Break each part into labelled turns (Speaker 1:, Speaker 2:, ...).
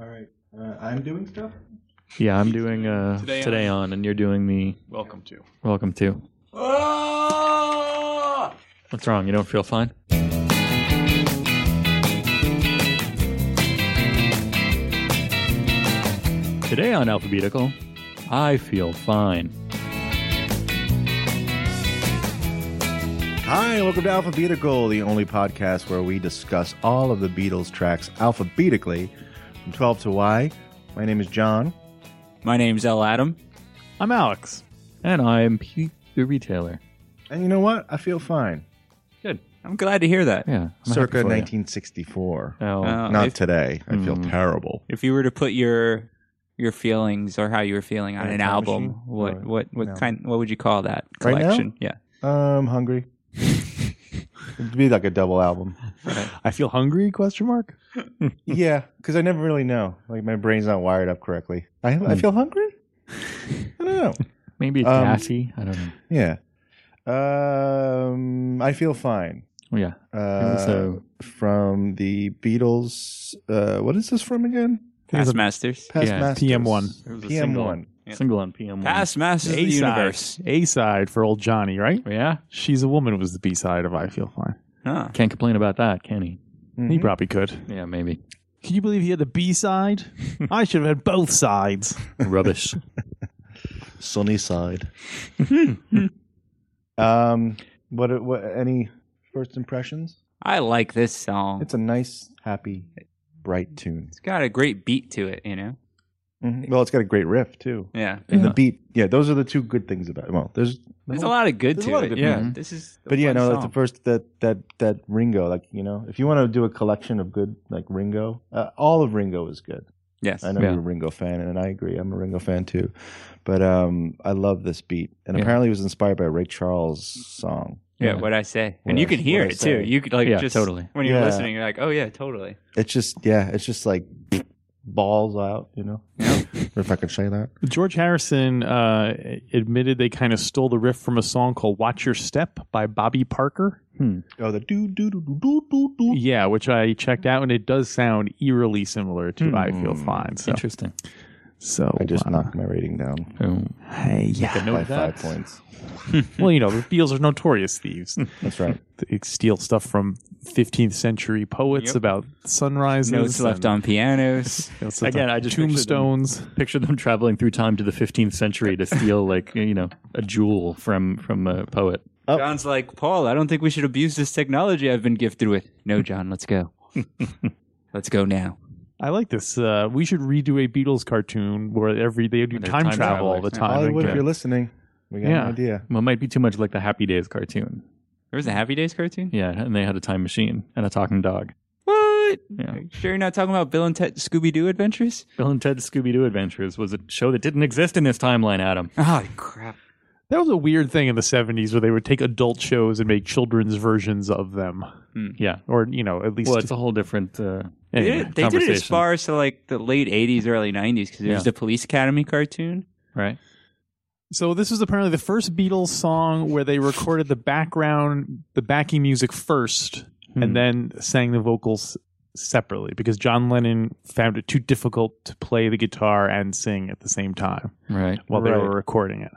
Speaker 1: All right. Uh, I'm doing stuff.
Speaker 2: Yeah, I'm doing uh,
Speaker 3: Today
Speaker 2: today,
Speaker 3: on.
Speaker 2: on. and you're doing the
Speaker 3: Welcome to.
Speaker 2: welcome to. Ah! What's wrong? You don't feel fine? Today on Alphabetical, I feel fine.
Speaker 1: Hi, and welcome to Alphabetical, the only podcast where we discuss all of the Beatles tracks alphabetically from 12 to Y. My name is John.
Speaker 4: My name's L. Adam.
Speaker 2: I'm Alex, and I'm Pete the retailer.
Speaker 1: And you know what? I feel fine.
Speaker 2: Good.
Speaker 4: I'm glad to hear that.
Speaker 2: Yeah. I'm
Speaker 1: Circa
Speaker 2: happy for you.
Speaker 1: 1964.
Speaker 2: Oh,
Speaker 4: Uh,
Speaker 1: Not
Speaker 4: if,
Speaker 1: today. I feel
Speaker 2: Mm.
Speaker 1: terrible.
Speaker 4: if you were to put your your feelings or how you were feeling on
Speaker 1: In a
Speaker 4: an
Speaker 1: time
Speaker 4: album,
Speaker 1: machine?
Speaker 4: what
Speaker 1: Or-
Speaker 4: what what
Speaker 1: no.
Speaker 4: kind what would you call that
Speaker 1: Right now?
Speaker 4: collection? yeah.
Speaker 1: I'm hungry. It'd be like a double album.
Speaker 5: I feel hungry? Question mark.
Speaker 1: yeah, because I never really know. Like my brain's not wired up correctly. I, I feel hungry. I don't know.
Speaker 2: maybe it's
Speaker 1: um,
Speaker 2: gassy. I don't know.
Speaker 1: Yeah. Um, I feel fine.
Speaker 2: Well, Oh, yeah.
Speaker 1: Uh,
Speaker 2: so-
Speaker 1: from the Beatles. Uh, what is this from again?
Speaker 4: Past Masters.
Speaker 1: Past
Speaker 2: Yeah,
Speaker 1: Masters.
Speaker 5: PM1.
Speaker 3: It was a
Speaker 1: PM
Speaker 3: single.
Speaker 1: one.
Speaker 3: Yeah.
Speaker 2: Single on PM.
Speaker 4: Past Masters of
Speaker 5: A
Speaker 4: the
Speaker 5: side.
Speaker 4: Universe.
Speaker 5: A side for old Johnny, right?
Speaker 2: Yeah.
Speaker 5: She's a woman was the B side of I Feel Fine.
Speaker 4: Huh.
Speaker 2: Can't complain about that, can he?
Speaker 1: Mm-hmm.
Speaker 5: He probably could.
Speaker 2: Yeah, maybe.
Speaker 5: Can you believe he had the B side? I should have had both sides.
Speaker 2: Rubbish.
Speaker 1: Sunny side. um. What? What? Any first impressions?
Speaker 4: I like this song.
Speaker 1: It's a nice, happy, bright tune.
Speaker 4: it's got a great beat to it, you know.
Speaker 1: Mhm. Well, it's got a great riff too.
Speaker 4: Yeah.
Speaker 1: And the
Speaker 2: Yeah.
Speaker 1: beat. Yeah, those are the two good things about. It. Well, there's
Speaker 4: There's a lot of good
Speaker 1: There's a
Speaker 4: to
Speaker 1: lot
Speaker 4: it.
Speaker 1: of good
Speaker 4: yeah.
Speaker 2: music.
Speaker 4: This is the
Speaker 1: But yeah,
Speaker 4: one
Speaker 1: no,
Speaker 4: song.
Speaker 1: that's the first that that that Ringo, like you know, if you want to do a collection of good like Ringo, uh, all of Ringo is good.
Speaker 4: Yes.
Speaker 1: I know
Speaker 2: Yeah.
Speaker 1: you're a Ringo fan, and I agree. I'm a Ringo fan too. But um, I love this beat, and
Speaker 2: Yeah.
Speaker 1: apparently it was inspired by Ray Charles' song.
Speaker 4: Yeah,
Speaker 2: Yeah.
Speaker 4: what I say.
Speaker 1: What
Speaker 4: And you
Speaker 1: I-
Speaker 4: can hear
Speaker 1: what I
Speaker 4: it too.
Speaker 1: say.
Speaker 4: You could like
Speaker 2: Yeah,
Speaker 4: just
Speaker 2: totally.
Speaker 4: when you're
Speaker 1: Yeah.
Speaker 4: listening, you're like, Oh yeah, totally.
Speaker 1: It's just yeah, it's just like balls out, you know.
Speaker 4: Yeah.
Speaker 1: if I could say that.
Speaker 5: George Harrison uh, admitted they kind of stole the riff from a song called "Watch Your Step" by Bobby Parker.
Speaker 1: Oh, the doo doo doo doo doo doo. doo.
Speaker 5: Yeah, which I checked out, and it does sound eerily similar to "I Feel
Speaker 1: Hmm.
Speaker 5: Fine." So,
Speaker 2: Interesting.
Speaker 5: so
Speaker 1: I just
Speaker 5: uh,
Speaker 1: knocked my rating down
Speaker 2: Oh,
Speaker 5: Hey, yeah.
Speaker 1: by
Speaker 2: note
Speaker 1: five points.
Speaker 5: well, you know, the Beatles are notorious thieves.
Speaker 1: That's right.
Speaker 5: they steal stuff from 15th century poets
Speaker 4: Yep.
Speaker 5: about sunrises.
Speaker 4: Notes left
Speaker 5: and
Speaker 4: on pianos.
Speaker 5: notes left
Speaker 2: Again,
Speaker 5: on
Speaker 2: I just pictured them.
Speaker 5: tombstones.
Speaker 2: Picture them traveling through time to the 15th century to steal, like you know, a jewel from from a poet.
Speaker 4: John's like, Paul, I don't think we should abuse this technology I've been gifted with. No, John, let's go. let's go now.
Speaker 5: I like this. Uh, we should redo a Beatles cartoon where every they do
Speaker 2: And they're
Speaker 5: time,
Speaker 2: time
Speaker 5: travel all the
Speaker 2: travelers.
Speaker 5: time.
Speaker 1: Hollywood, if
Speaker 5: Again.
Speaker 1: you're listening, we got
Speaker 5: Yeah.
Speaker 1: an idea.
Speaker 2: Well, it might be too much like the Happy Days cartoon.
Speaker 4: There was a Happy Days cartoon?
Speaker 2: Yeah, and they had a time machine and a talking dog.
Speaker 4: What?
Speaker 2: Yeah.
Speaker 4: Are you Sure, you're not talking about Bill and Ted Scooby Doo adventures?
Speaker 2: Bill and Ted's Scooby Doo Adventures was a show that didn't exist in this timeline, Adam.
Speaker 4: Oh, crap.
Speaker 5: That was a weird thing in the 70s where they would take adult shows and make children's versions of them.
Speaker 2: Yeah.
Speaker 5: Or, you know, at least.
Speaker 2: Well, it's a whole different uh,
Speaker 4: They
Speaker 2: anyway,
Speaker 4: did, they did it as
Speaker 2: conversation,
Speaker 4: far as to like the late 80s, early 90s because it
Speaker 2: Yeah.
Speaker 4: was the Police Academy cartoon.
Speaker 2: right?
Speaker 5: so this was apparently the first Beatles song where they recorded the background, the backing music first,
Speaker 2: Hmm.
Speaker 5: and then sang the vocals separately because John Lennon found it too difficult to play the guitar and sing at the same time
Speaker 2: Right.
Speaker 5: while they
Speaker 1: Right.
Speaker 5: were recording it.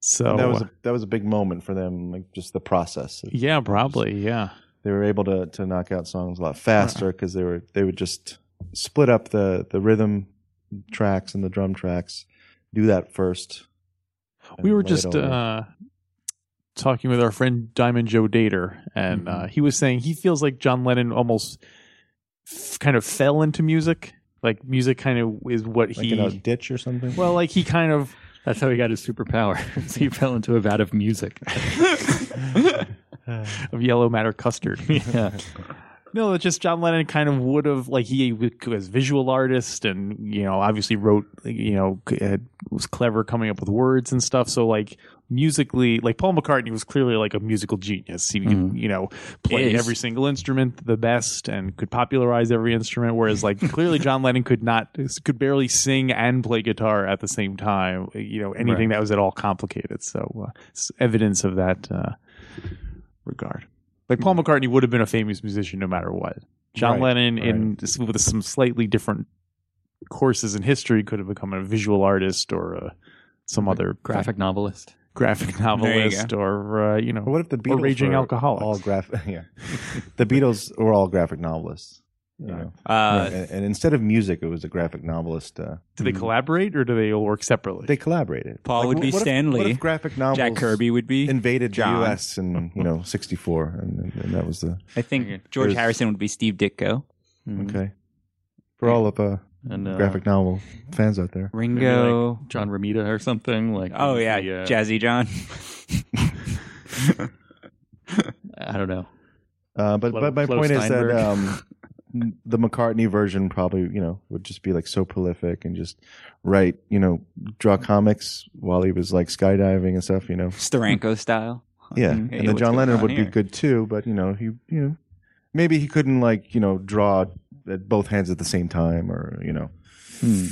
Speaker 5: So uh,
Speaker 1: that was a, that was a big moment for them, like just the process.
Speaker 5: yeah, probably yeah.
Speaker 1: they were able to to knock out songs a lot faster because they were they would just split up the the rhythm tracks and the drum tracks. Do that first. and
Speaker 5: we were
Speaker 1: lay it
Speaker 5: just
Speaker 1: over.
Speaker 5: uh, talking with our friend Diamond Joe Dater, and
Speaker 1: Hmm.
Speaker 5: uh, he was saying he feels like John Lennon almost f- kind of fell into music. Like music kind of is what
Speaker 1: like
Speaker 5: he
Speaker 1: in a ditch or something.
Speaker 5: well, like he kind of
Speaker 2: That's how he got his superpower. so he fell into a vat of music.
Speaker 5: of yellow matter custard.
Speaker 2: yeah.
Speaker 5: No, it's just John Lennon kind of would have like he was a visual artist and you know obviously wrote you know c- had, was clever coming up with words and stuff. So like musically, like Paul McCartney was clearly like a musical genius. He could, you know played
Speaker 4: Is.
Speaker 5: every single instrument the best and could popularize every instrument. Whereas like clearly John Lennon could not could barely sing and play guitar at the same time. You know anything that was at all complicated. So uh, it's evidence of that uh, regard. Like Paul McCartney would have been a famous musician no matter what. John
Speaker 1: Right,
Speaker 5: Lennon in with some slightly different courses in history could have become a visual artist or uh, some other
Speaker 2: graphic novelist.
Speaker 5: graphic novelist or uh, you know
Speaker 1: Or what if the Beatles
Speaker 5: raging
Speaker 1: were
Speaker 5: alcoholics.
Speaker 1: All graphic, yeah. The Beatles were all graphic novelists. You know?
Speaker 4: Uh,
Speaker 1: and, and instead of music, it was a graphic novelist. Uh,
Speaker 5: do they collaborate or do Hmm. they all work separately?
Speaker 1: they collaborated.
Speaker 4: Paul would
Speaker 1: wh-
Speaker 4: be
Speaker 1: what if-
Speaker 4: Stan
Speaker 1: what
Speaker 4: Lee.
Speaker 1: if graphic novels
Speaker 4: Jack Kirby would be.
Speaker 1: invaded
Speaker 4: John.
Speaker 1: the U.S. in you know '64, and, and, and that was the
Speaker 4: I think George
Speaker 1: There's-
Speaker 4: Harrison would be Steve Ditko.
Speaker 2: Mm-hmm.
Speaker 4: Mm-hmm.
Speaker 1: okay for all of uh,
Speaker 2: And uh,
Speaker 1: graphic novel fans out there.
Speaker 2: maybe,
Speaker 4: Ringo.
Speaker 2: like, John Romita or something like. uh,
Speaker 4: oh yeah,
Speaker 2: yeah.
Speaker 4: Jazzy John.
Speaker 2: I don't know.
Speaker 1: Uh, but
Speaker 2: Flo-
Speaker 1: but my
Speaker 2: Flo
Speaker 1: point
Speaker 2: Steinberg.
Speaker 1: is that um, the McCartney version probably you know would just be like so prolific and just write you know draw comics while he was like skydiving and stuff you know
Speaker 4: Steranko style.
Speaker 1: yeah
Speaker 4: Mm. Hey,
Speaker 1: and then
Speaker 4: what's
Speaker 1: John
Speaker 4: going
Speaker 1: Lennon
Speaker 4: on
Speaker 1: would
Speaker 4: here?
Speaker 1: be good too but you know he you know maybe he couldn't like you know draw at both hands at the same time or you know
Speaker 2: Hmm.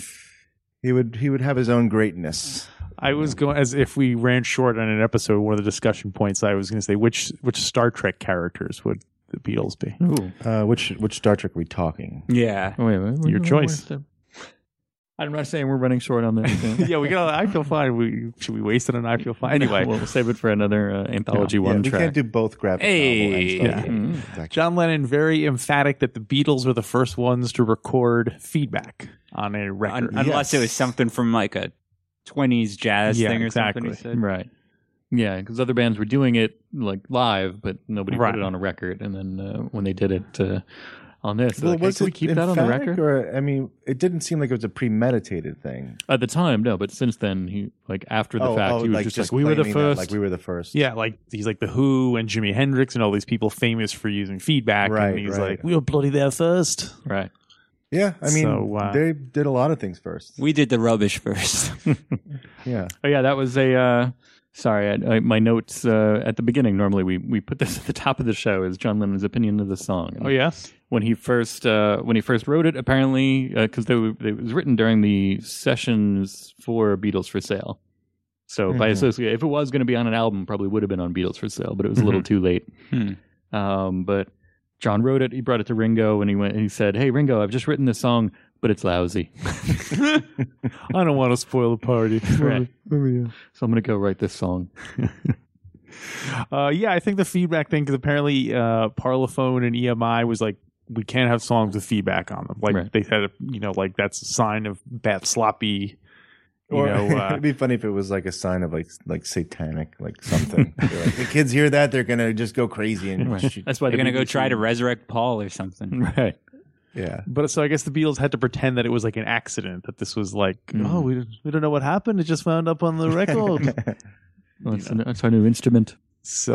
Speaker 1: he would he would have his own greatness
Speaker 5: I was going as if we ran short on an episode. One of the discussion points I was going to say which which Star Trek characters would the Beatles be?
Speaker 2: Ooh. Oh,
Speaker 1: uh, which which Star Trek are we talking
Speaker 4: Yeah.
Speaker 2: Wait, wait, wait,
Speaker 5: Your
Speaker 2: wait,
Speaker 5: choice.
Speaker 2: wait. I'm not saying we're running short on this.
Speaker 5: yeah, we got. I feel fine. We should we waste it on I feel fine anyway.
Speaker 2: we'll, we'll save it for another uh, anthology
Speaker 1: yeah,
Speaker 2: one
Speaker 1: we
Speaker 2: track.
Speaker 1: can't do both graphic
Speaker 4: Hey.
Speaker 1: novel and Star
Speaker 5: Yeah.
Speaker 1: Trek.
Speaker 2: Mm.
Speaker 1: Exactly.
Speaker 5: John Lennon very emphatic that the Beatles were the first ones to record feedback on a
Speaker 4: Un-
Speaker 5: record.
Speaker 4: Unless it was
Speaker 1: Yes.
Speaker 4: something from like a 20s jazz
Speaker 5: Yeah,
Speaker 4: thing or
Speaker 5: exactly.
Speaker 4: something. he said.
Speaker 2: Right. Yeah, because other bands were doing it like live, but nobody
Speaker 5: Right.
Speaker 2: put it on a record. And then uh, when they did it uh, on this, they're
Speaker 1: Well,
Speaker 2: like, hey,
Speaker 1: was
Speaker 2: can we
Speaker 1: it
Speaker 2: keep that on the
Speaker 1: emphatic,
Speaker 2: record?
Speaker 1: Or I mean, it didn't seem like it was a premeditated thing.
Speaker 2: At the time, no, but since then, he like after
Speaker 1: Oh,
Speaker 2: the fact, he was just, like, "We were the
Speaker 1: claiming that,
Speaker 2: first.
Speaker 1: like we were the first.
Speaker 5: Yeah, like he's like the Who and Jimi Hendrix and all these people famous for using feedback.
Speaker 1: Right,
Speaker 5: and he's
Speaker 1: right.
Speaker 5: like, we were bloody there first.
Speaker 2: right?
Speaker 1: yeah. I mean,
Speaker 5: So, uh,
Speaker 1: they did a lot of things first.
Speaker 4: We did the rubbish first.
Speaker 1: yeah,
Speaker 2: Oh yeah, that was a. Uh, sorry, I, I, my notes uh, at the beginning. Normally, we we put this at the top of the show is John Lennon's opinion of the song.
Speaker 5: Oh yes,
Speaker 2: when he first uh, when he first wrote it, apparently because they were it was written during the sessions for Beatles for Sale. So by
Speaker 4: Mm-hmm.
Speaker 1: Mhm.
Speaker 2: associate, if it was going to be on an album, probably would have been on Beatles for Sale, but it was a little too late.
Speaker 4: Hmm.
Speaker 2: Um, but John wrote it. He brought it to Ringo, and he went. He said, "Hey, Ringo, I've just written this song, but it's lousy,
Speaker 5: I don't want to spoil the party.
Speaker 2: Right. so I'm going to go write this song."
Speaker 5: Uh, yeah, I think the feedback thing because apparently uh, Parlophone and EMI was like, we can't have songs with feedback on them. Like
Speaker 2: Right.
Speaker 5: they said, you know, like that's a sign of bad sloppy. You
Speaker 1: or
Speaker 5: know, uh,
Speaker 1: it'd be funny if it was like a sign of like like satanic like something. They're like, the kids hear that, they're gonna just go crazy and shoot.
Speaker 2: That's why
Speaker 4: They're
Speaker 2: the
Speaker 4: going to go
Speaker 2: BBC
Speaker 4: try to resurrect Paul or something.
Speaker 2: right.
Speaker 1: yeah.
Speaker 5: but so I guess the Beatles had to pretend that it was like an accident. That this was like,
Speaker 2: Mm.
Speaker 5: oh, we we don't know what happened. It just wound up on the record. Oh,
Speaker 2: Well, Oh, it's, an- it's our new instrument.
Speaker 5: so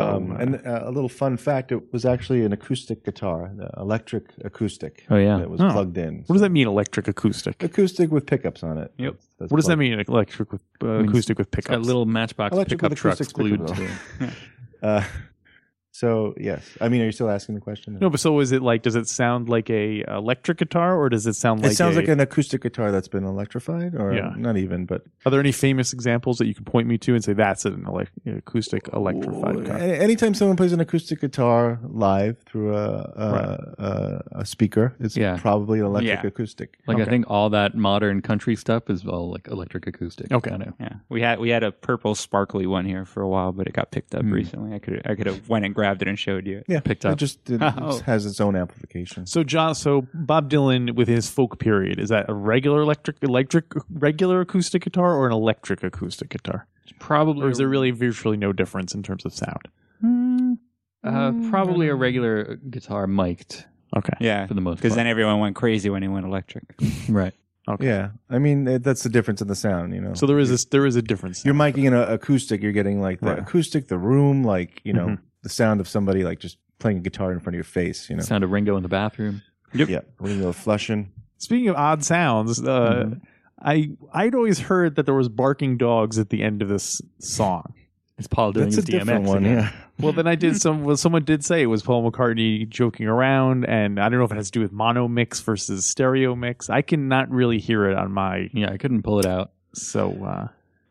Speaker 1: um, and uh, a little fun fact: it was actually an acoustic guitar, an electric acoustic.
Speaker 2: Oh, yeah.
Speaker 1: that was
Speaker 5: Oh.
Speaker 1: plugged in.
Speaker 5: what does that mean? Electric acoustic.
Speaker 1: Acoustic with pickups on it.
Speaker 4: Yep.
Speaker 1: That's
Speaker 5: What does that
Speaker 1: plugged-
Speaker 5: mean? Electric with uh,
Speaker 2: means
Speaker 5: acoustic with
Speaker 2: It's got
Speaker 5: pickups.
Speaker 2: little matchbox
Speaker 1: Electric
Speaker 2: pickup
Speaker 1: with
Speaker 2: trucks
Speaker 1: acoustic
Speaker 2: glued
Speaker 1: pickup.
Speaker 2: to it.
Speaker 1: Uh, so yes, I mean, are you still asking the question?
Speaker 5: no, but so is it like? Does it sound like a electric guitar, or does it sound like?
Speaker 1: it sounds
Speaker 5: a-
Speaker 1: like an acoustic guitar that's been electrified, or
Speaker 5: Yeah.
Speaker 1: not even, but
Speaker 5: Are there any famous examples that you can point me to and say that's an elec- acoustic electrified car?
Speaker 1: Any- Anytime someone plays an acoustic guitar live through a a, a, a speaker, it's
Speaker 2: Yeah.
Speaker 1: probably an electric
Speaker 4: Yeah.
Speaker 1: acoustic.
Speaker 2: Like
Speaker 5: Okay.
Speaker 2: I think all that modern country stuff is all like electric acoustic.
Speaker 5: Okay.
Speaker 2: kind of.
Speaker 4: Yeah, we had we had a purple sparkly one here for a while, but it got picked up
Speaker 2: Hmm.
Speaker 4: recently. I could I could have went and grabbed it and showed you.
Speaker 1: Yeah,
Speaker 2: Picked
Speaker 1: It
Speaker 2: up.
Speaker 1: just it, it
Speaker 4: Oh.
Speaker 1: has its own amplification.
Speaker 5: So John, so Bob Dylan with his folk period is that a regular electric, electric, regular acoustic guitar or an electric acoustic guitar,
Speaker 2: Probably,
Speaker 5: or is there really virtually no difference in terms of sound?
Speaker 2: uh, probably a regular guitar mic'd
Speaker 5: Okay,
Speaker 4: Yeah,
Speaker 2: for the most
Speaker 4: because
Speaker 2: part.
Speaker 4: then everyone went crazy when he went electric.
Speaker 2: right.
Speaker 1: Yeah, I mean it, that's the difference in the sound. You know,
Speaker 5: so there is this, there is a difference.
Speaker 1: you're miking an uh, acoustic, you're getting like the
Speaker 5: Right.
Speaker 1: acoustic, the room, like you know,
Speaker 5: Mhm.
Speaker 1: the sound of somebody like just playing a guitar in front of your face. You know,
Speaker 2: Sound of Ringo in the bathroom.
Speaker 1: yeah, ringo flushing.
Speaker 5: Speaking of odd sounds, uh, I I'd always heard that there was barking dogs at the end of this song.
Speaker 2: It's Paul doing
Speaker 1: That's a
Speaker 2: his
Speaker 1: different
Speaker 2: DMX
Speaker 1: one.
Speaker 2: again.
Speaker 1: Yeah.
Speaker 5: Well, then I did some. Well, someone did say it was Paul McCartney joking around, and I don't know if it has to do with mono mix versus stereo mix. I cannot really hear it on my.
Speaker 2: Yeah, I couldn't pull it out.
Speaker 5: So uh,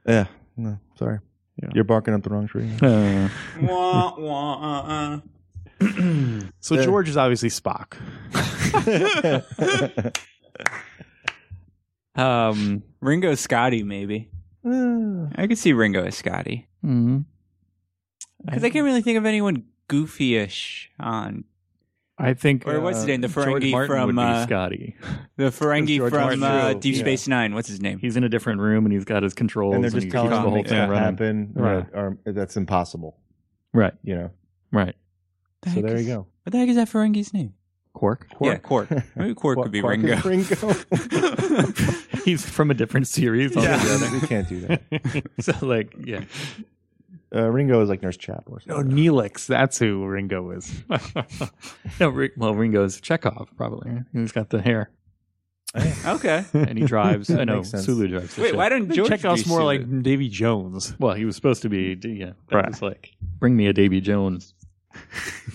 Speaker 1: Yeah. No, sorry.
Speaker 5: Yeah.
Speaker 1: You're barking up the wrong tree.
Speaker 2: Uh,
Speaker 4: wah, wah, uh, uh.
Speaker 5: so
Speaker 1: There.
Speaker 5: George is obviously Spock.
Speaker 4: Um, Ringo Scotty, maybe. I could see Ringo as Scotty
Speaker 2: Mm-hmm.
Speaker 4: because I can't really think of anyone goofy-ish on
Speaker 2: I think.
Speaker 4: Or what's
Speaker 2: uh,
Speaker 4: his name? The
Speaker 2: George
Speaker 4: Ferengi
Speaker 2: Martin
Speaker 4: from,
Speaker 2: would be
Speaker 4: uh,
Speaker 2: Scotty.
Speaker 4: the Ferengi
Speaker 1: George
Speaker 4: from
Speaker 1: Martin.
Speaker 4: uh,
Speaker 1: True,
Speaker 4: Deep
Speaker 1: yeah.
Speaker 4: Space Nine. What's his name?
Speaker 2: He's in a different room and he's got his controls.
Speaker 1: and they're just
Speaker 2: he
Speaker 1: telling
Speaker 2: keeps
Speaker 1: him
Speaker 2: the whole
Speaker 1: it's
Speaker 2: thing
Speaker 1: going
Speaker 4: can't
Speaker 1: to
Speaker 2: running.
Speaker 1: happen.
Speaker 5: Right.
Speaker 1: Or, or that's impossible.
Speaker 2: Right.
Speaker 1: You know.
Speaker 2: Right.
Speaker 4: The
Speaker 1: So
Speaker 4: heck
Speaker 1: there
Speaker 4: is-
Speaker 1: you go.
Speaker 4: What the heck is that Ferengi's name?
Speaker 2: Quark.
Speaker 4: Yeah, Quark. Maybe Quark could be
Speaker 1: Quark
Speaker 4: Ringo.
Speaker 1: is Ringo.
Speaker 2: He's from a different series
Speaker 1: yeah,
Speaker 2: altogether.
Speaker 1: we can't do that.
Speaker 2: so like, yeah.
Speaker 1: Uh, Ringo is like Nurse Chapel or
Speaker 5: Oh,
Speaker 1: something.
Speaker 5: Neelix. That's who Ringo is.
Speaker 2: no, Ri- well, Ringo's Chekhov probably. right? He's got the hair
Speaker 4: okay.
Speaker 2: and he drives. I know
Speaker 1: Makes sense.
Speaker 2: Sulu drives. The
Speaker 4: Wait,
Speaker 2: ship.
Speaker 4: why don't George
Speaker 5: Chekhov's
Speaker 4: be
Speaker 5: more
Speaker 4: Sulu?
Speaker 5: like Davy Jones.
Speaker 2: Well, he was supposed to be. Yeah, that
Speaker 5: Right.
Speaker 2: was like bring me a Davy Jones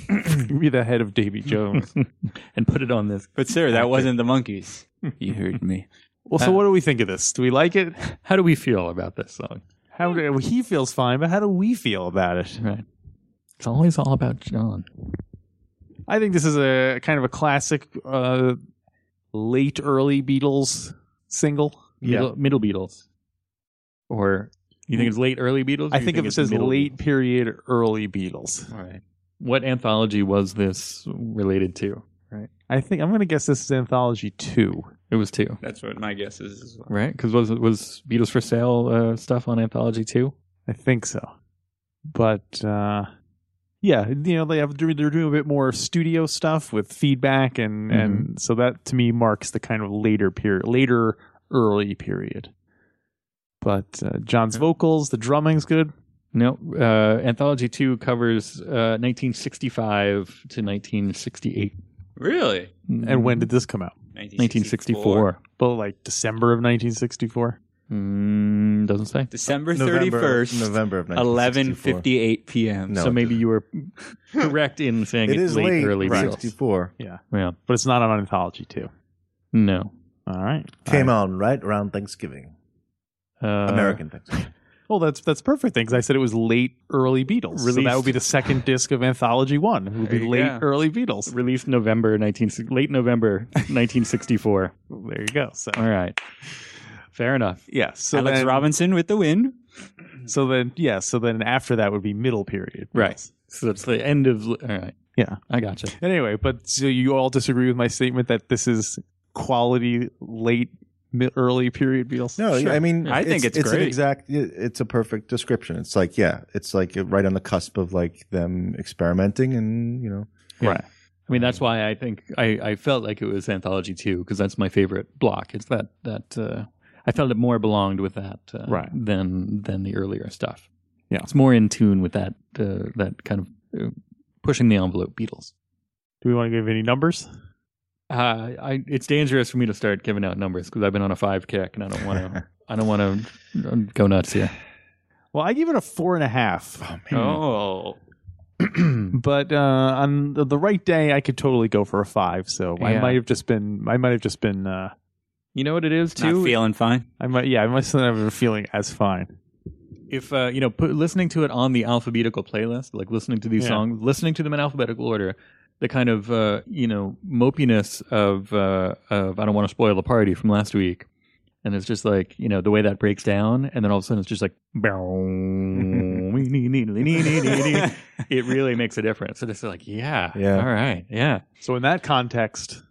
Speaker 5: He'd be the head of Davy Jones.
Speaker 2: and put it on this.
Speaker 4: But sir, that wasn't the monkeys. You heard me.
Speaker 5: well,
Speaker 2: Uh,
Speaker 5: so what do we think of this? Do we like it?
Speaker 2: How do we feel about this song?
Speaker 5: How do, he feels fine, but how do we feel about it?
Speaker 2: Right. It's always all about John.
Speaker 5: I think this is a kind of a classic uh, late early Beatles single.
Speaker 2: Middle, middle Beatles. Or you think it's late early Beatles? or
Speaker 5: I
Speaker 2: you
Speaker 5: think if it
Speaker 2: it's
Speaker 5: says
Speaker 2: middle
Speaker 5: late period early Beatles,
Speaker 2: Beatles? All right. What anthology was this related to?
Speaker 5: I think I'm going to guess this is anthology two.
Speaker 2: It was two,
Speaker 4: That's what my guess is as well.
Speaker 2: right? Because was was Beatles for Sale uh, stuff on anthology two?
Speaker 5: I think so, but uh, yeah, you know they have they're doing a bit more studio stuff with feedback and
Speaker 4: Mm-hmm.
Speaker 5: and so that to me marks the kind of later period, later early period. But uh, John's vocals, the drumming's good.
Speaker 2: No, uh, anthology two covers uh, 1965 to 1968.
Speaker 4: Really?
Speaker 5: And when did
Speaker 4: Mm-hmm.
Speaker 5: this come out?
Speaker 2: Mm, 1964?
Speaker 5: But like December of 1964.
Speaker 2: Mm, doesn't say.
Speaker 4: December thirty
Speaker 1: November-
Speaker 4: first,
Speaker 1: November of
Speaker 4: eleven
Speaker 1: 1964.
Speaker 4: fifty eight p.m.
Speaker 1: No.
Speaker 2: so maybe you were correct in saying
Speaker 1: It
Speaker 2: it's
Speaker 1: is
Speaker 2: late,
Speaker 1: late.
Speaker 2: early
Speaker 1: right.
Speaker 2: Beatles.
Speaker 1: 64
Speaker 2: Yeah.
Speaker 5: but it's not on Anthology too.
Speaker 2: No.
Speaker 5: All right,
Speaker 1: came on right around Thanksgiving,
Speaker 2: Uh,
Speaker 1: American Thanksgiving.
Speaker 5: Well, that's that's perfect thing 'cause I said it was late early Beatles, so that would be the second disc of Anthology One. It would be
Speaker 4: There you
Speaker 5: late
Speaker 4: go.
Speaker 5: early Beatles.
Speaker 2: Released November 19, late November 1964.
Speaker 5: There you go. So
Speaker 2: All right. Fair enough.
Speaker 5: yeah, so
Speaker 4: Alex
Speaker 5: then,
Speaker 4: Robinson with the win.
Speaker 5: so then yeah, so then after that would be middle period, Beatles.
Speaker 2: Right. So it's the end of. All right.
Speaker 5: Yeah.
Speaker 2: I gotcha.
Speaker 5: Anyway, but so you all disagree with my statement that this is quality late mi- early period Beatles.
Speaker 1: No, I mean,
Speaker 4: I think it's
Speaker 1: it's an
Speaker 4: great.
Speaker 1: exact. it- It's a perfect description. It's like yeah, it's like right on the cusp of like them experimenting and you know
Speaker 5: right.
Speaker 2: I mean, that's why I think I, I felt like it was Anthology 2 because that's my favorite block. It's that, that, uh, I felt it more belonged with that, uh,
Speaker 5: Right.
Speaker 2: than, than the earlier stuff.
Speaker 5: Yeah.
Speaker 2: It's more in tune with that, uh, that kind of uh, pushing the envelope Beatles.
Speaker 5: Do we want to give any numbers?
Speaker 2: Uh, I, it's dangerous for me to start giving out numbers because I've been on a five kick and I don't want to. I don't want to go nuts here.
Speaker 5: Well, I give it a four and a half.
Speaker 4: Oh,
Speaker 5: but uh, on the, the right day, I could totally go for a five. So I
Speaker 2: Yeah.
Speaker 5: might have just been, I might have just been, uh,
Speaker 2: You know what it is
Speaker 4: not
Speaker 2: too.
Speaker 4: feeling fine.
Speaker 5: I might, yeah, I must not have been feeling as fine.
Speaker 2: if uh, you know, put, listening to it on the alphabetical playlist, like listening to these
Speaker 5: Yeah.
Speaker 2: songs, listening to them in alphabetical order, the kind of uh, you know mopiness of uh, of I don't want to spoil the party from last week, and it's just like you know the way that breaks down, and then all of a sudden it's just like. it really makes a difference. So it's like, yeah,
Speaker 1: Yeah.
Speaker 2: all right, yeah.
Speaker 5: So in that context,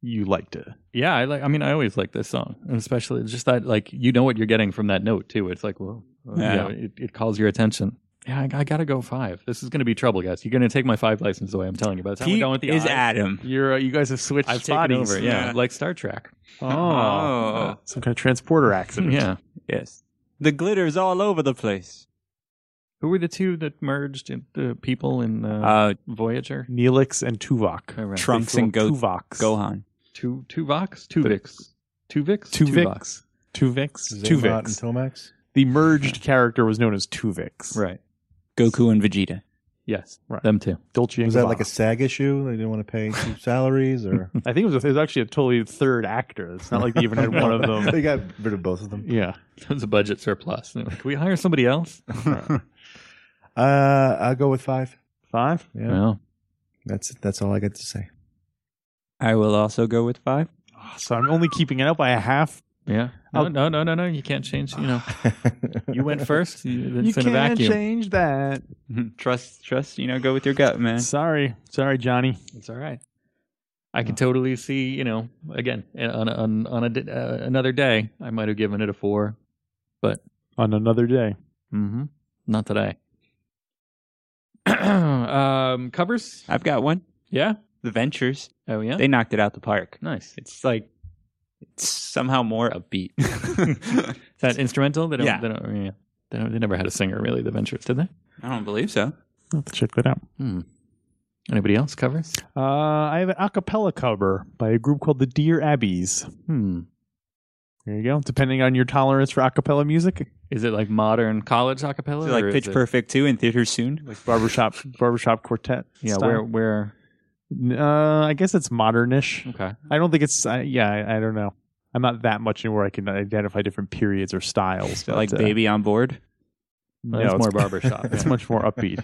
Speaker 5: you liked it.
Speaker 2: Yeah, I like. I mean, I always like this song, and especially just that, like, you know what you're getting from that note too. It's like, well, yeah,
Speaker 4: Yeah.
Speaker 2: it, it calls your attention. Yeah, I, I gotta go five. This is gonna be trouble, guys. You're gonna take my five license away. I'm telling you. By the time we're
Speaker 4: Pete
Speaker 2: done with the
Speaker 4: is
Speaker 2: eye,
Speaker 4: Adam.
Speaker 5: You're, uh, you guys have switched
Speaker 2: I've taken
Speaker 5: bodies.
Speaker 2: over. Yeah,
Speaker 4: Yeah.
Speaker 2: like Star Trek.
Speaker 5: Oh,
Speaker 4: Oh.
Speaker 5: Uh, some kind of transporter accident.
Speaker 2: yeah.
Speaker 4: Yes, the glitter's all over the place.
Speaker 2: Who were the two that merged in, the people in uh,
Speaker 4: Uh,
Speaker 2: Voyager?
Speaker 5: Neelix and Tuvok.
Speaker 2: Oh, right.
Speaker 4: Trump. Trunks and Go-
Speaker 5: Tuvox.
Speaker 4: Uh, Gohan.
Speaker 2: Two Tuvox, Tuvix, Tuvix, Tuvox.
Speaker 5: Tuvix. Tuvix.
Speaker 1: Zavod and
Speaker 5: Tuvix.
Speaker 1: Tomax.
Speaker 5: The merged character was known as Tuvix.
Speaker 2: Right.
Speaker 4: Goku and Vegeta.
Speaker 2: Yes.
Speaker 5: Right.
Speaker 2: Them two.
Speaker 5: Dolce and
Speaker 1: Was that like a
Speaker 5: Gabbana.
Speaker 1: SAG issue? They didn't want to pay two salaries, or
Speaker 5: I think it was, it was actually a totally third actor. It's not like they even had one of them.
Speaker 1: they got rid of both of them.
Speaker 5: Yeah.
Speaker 2: It was a budget surplus. And they're like, Can we hire somebody else?
Speaker 1: Uh, I'll go with five.
Speaker 5: Five?
Speaker 1: Yeah,
Speaker 2: No.
Speaker 1: that's that's all I got to say.
Speaker 4: I will also go with five.
Speaker 5: Oh, So I'm only keeping it up by a half
Speaker 2: Yeah. No,
Speaker 5: I'll-
Speaker 2: no, no, no, no. You can't change. You know, you went first. You, it's in a vacuum.
Speaker 5: change that.
Speaker 4: trust, trust. You know, go with your gut, man.
Speaker 5: Sorry, sorry, Johnny.
Speaker 2: It's all right. I can totally see, you know, again eh, on on on a, di- uh, another day, I might have given it a four.
Speaker 5: On another day.
Speaker 2: Mm-hmm. Not today. um, covers,
Speaker 4: I've got one.
Speaker 2: yeah.
Speaker 4: The Ventures.
Speaker 2: Oh yeah,
Speaker 4: They knocked it out the park.
Speaker 2: nice.
Speaker 4: It's like it's somehow more upbeat.
Speaker 2: Is that instrumental? They don't,
Speaker 4: Yeah.
Speaker 2: They don't. oh, Yeah. They don't. They never had a singer really. The Ventures, did they?
Speaker 4: I don't believe so.
Speaker 5: I'll have to check that out.
Speaker 2: Hmm. Anybody else covers?
Speaker 5: Uh, I have an acapella cover by a group called the Dear Abbeys.
Speaker 2: Hmm.
Speaker 5: There you go. Depending on your tolerance for acapella music,
Speaker 2: Is it like modern college acapella?
Speaker 4: Is it
Speaker 2: or
Speaker 4: like
Speaker 2: is
Speaker 4: Pitch
Speaker 2: it-
Speaker 4: Perfect too in theaters soon? Like
Speaker 5: barbershop barbershop quartet.
Speaker 2: Yeah.
Speaker 5: style.
Speaker 2: Where where?
Speaker 5: Uh, I guess it's modernish.
Speaker 2: Okay.
Speaker 1: Mm-hmm.
Speaker 5: I don't think it's. I yeah, I, I don't know. I'm not that much in where I can identify different periods or styles.
Speaker 4: so like
Speaker 5: but, uh,
Speaker 4: Baby on Board.
Speaker 5: No,
Speaker 2: Well, that's
Speaker 5: it's
Speaker 2: more barbershop.
Speaker 5: It's
Speaker 2: yeah.
Speaker 5: much more upbeat.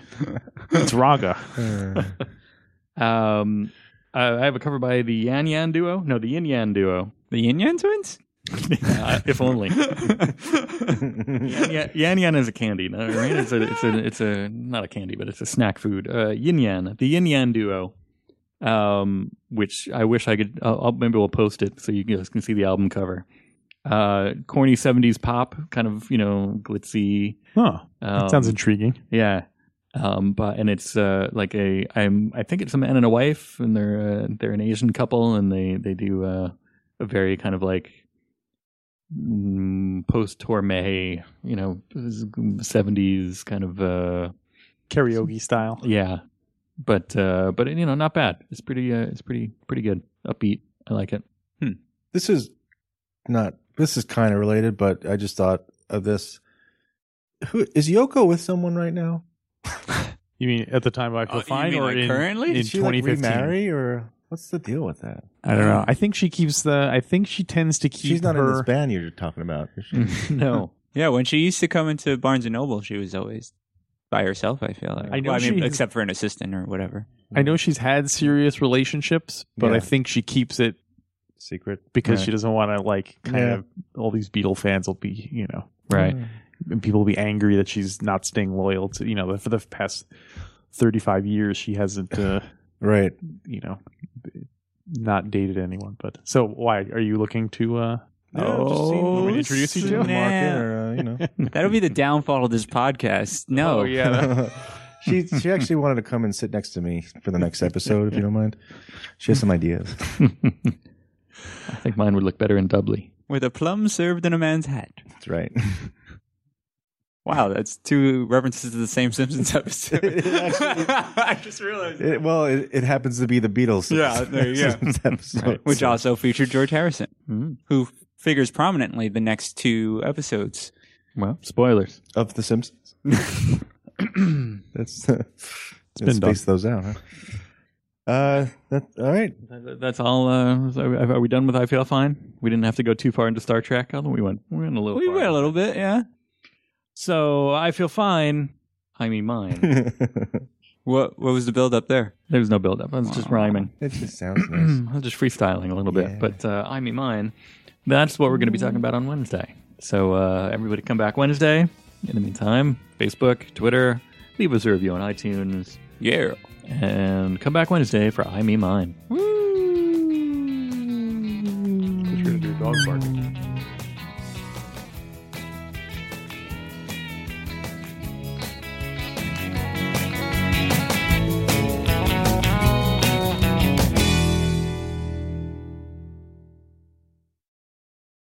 Speaker 5: It's raga.
Speaker 2: Um, I I have a cover by the Yan Yan duo. No, the Yin Yan duo.
Speaker 4: The Yin Yang Twins.
Speaker 2: Uh, if only.
Speaker 1: yeah.
Speaker 2: Yan Yan- Yan Yan is a candy, no, right? It's a, it's a, it's a, not a candy, but it's a snack food. Uh, Yin Yan, the Yin Yan duo, um, which I wish I could. I'll, I'll maybe we'll post it so you guys can see the album cover. Uh, corny '70s pop, kind of you know glitzy.
Speaker 5: Huh.
Speaker 2: Um,
Speaker 5: that sounds intriguing.
Speaker 2: yeah. Um, but and it's uh, like a I'm I think it's a man and a wife, and they're uh, they're an Asian couple, and they they do uh, a very kind of like mm, post Torme, you know, seventies kind of uh,
Speaker 5: Karaoke style.
Speaker 2: yeah. But uh, but you know, not bad. It's pretty uh, it's pretty pretty good, upbeat. I like it.
Speaker 1: this is not this is kind of related but i just thought of this who is yoko with someone right now
Speaker 5: You mean at the time I feel
Speaker 4: Oh, you
Speaker 5: fine
Speaker 4: mean,
Speaker 5: or
Speaker 4: like,
Speaker 5: in,
Speaker 4: currently?
Speaker 5: in
Speaker 1: did she like
Speaker 5: 2015?
Speaker 1: remarry or what's the deal with that
Speaker 5: I don't know. I think she keeps the. I think she tends to keep.
Speaker 1: she's not
Speaker 5: her,
Speaker 1: in this band you're talking about is she?
Speaker 2: Mm. no,
Speaker 4: Yeah, when she used to come into Barnes and Noble, she was always by herself. I feel like.
Speaker 5: I know
Speaker 4: Well, I mean,
Speaker 5: she-
Speaker 4: except for an assistant or whatever.
Speaker 5: I know she's had serious relationships, but
Speaker 1: Yeah.
Speaker 5: I think she keeps it
Speaker 1: secret
Speaker 5: because
Speaker 2: Right.
Speaker 5: she doesn't want to like kind
Speaker 1: Yeah.
Speaker 5: of all these Beatle fans will be you know
Speaker 2: right?
Speaker 1: Hmm.
Speaker 5: and people will be angry that she's not staying loyal to you know for the past thirty five years she hasn't uh,
Speaker 1: right
Speaker 5: you know not dated anyone. But so why are you looking to? uh
Speaker 1: Yeah, I've just seen-
Speaker 4: Oh,
Speaker 1: we introduce you to the market
Speaker 4: snap.
Speaker 1: or, uh, you know
Speaker 4: That'll be the downfall of this podcast. No.
Speaker 1: she she actually wanted to come and sit next to me for the next episode if you don't mind she has some ideas
Speaker 2: I think mine would look better in Dudley.
Speaker 4: With a plum served in a man's hat.
Speaker 1: that's right
Speaker 4: Wow, that's two references to the same Simpsons episode.
Speaker 1: It actually-
Speaker 4: I just realized.
Speaker 1: It- well it, it happens to be the beatles
Speaker 4: Yeah, there you go.
Speaker 1: episode,
Speaker 4: which
Speaker 1: so-
Speaker 4: also featured George Harrison,
Speaker 2: Mm.
Speaker 4: who figures prominently the next two episodes.
Speaker 2: Well, spoilers.
Speaker 1: of the simpsons that's uh,
Speaker 5: been done.
Speaker 1: space those out huh uh that all right
Speaker 2: Th- That's all. Uh, so are are we done with I Feel Fine? We didn't have to go too far into Star Trek, although we went we went a little.
Speaker 4: We
Speaker 2: far.
Speaker 4: went a little bit, yeah.
Speaker 2: So I feel fine. I mean, mine.
Speaker 1: it
Speaker 4: What what was the build up there?
Speaker 2: there was no buildup. I was just rhyming.
Speaker 1: just sounds nice.
Speaker 2: I was just freestyling a little
Speaker 1: Yeah.
Speaker 2: bit, but uh, I mean, mine. That's what we're going to be talking about on Wednesday. So uh, everybody, come back Wednesday. In the meantime, Facebook, Twitter, leave us a review on iTunes,
Speaker 4: Yeah.
Speaker 2: and come back Wednesday for I Me Mine. Woo!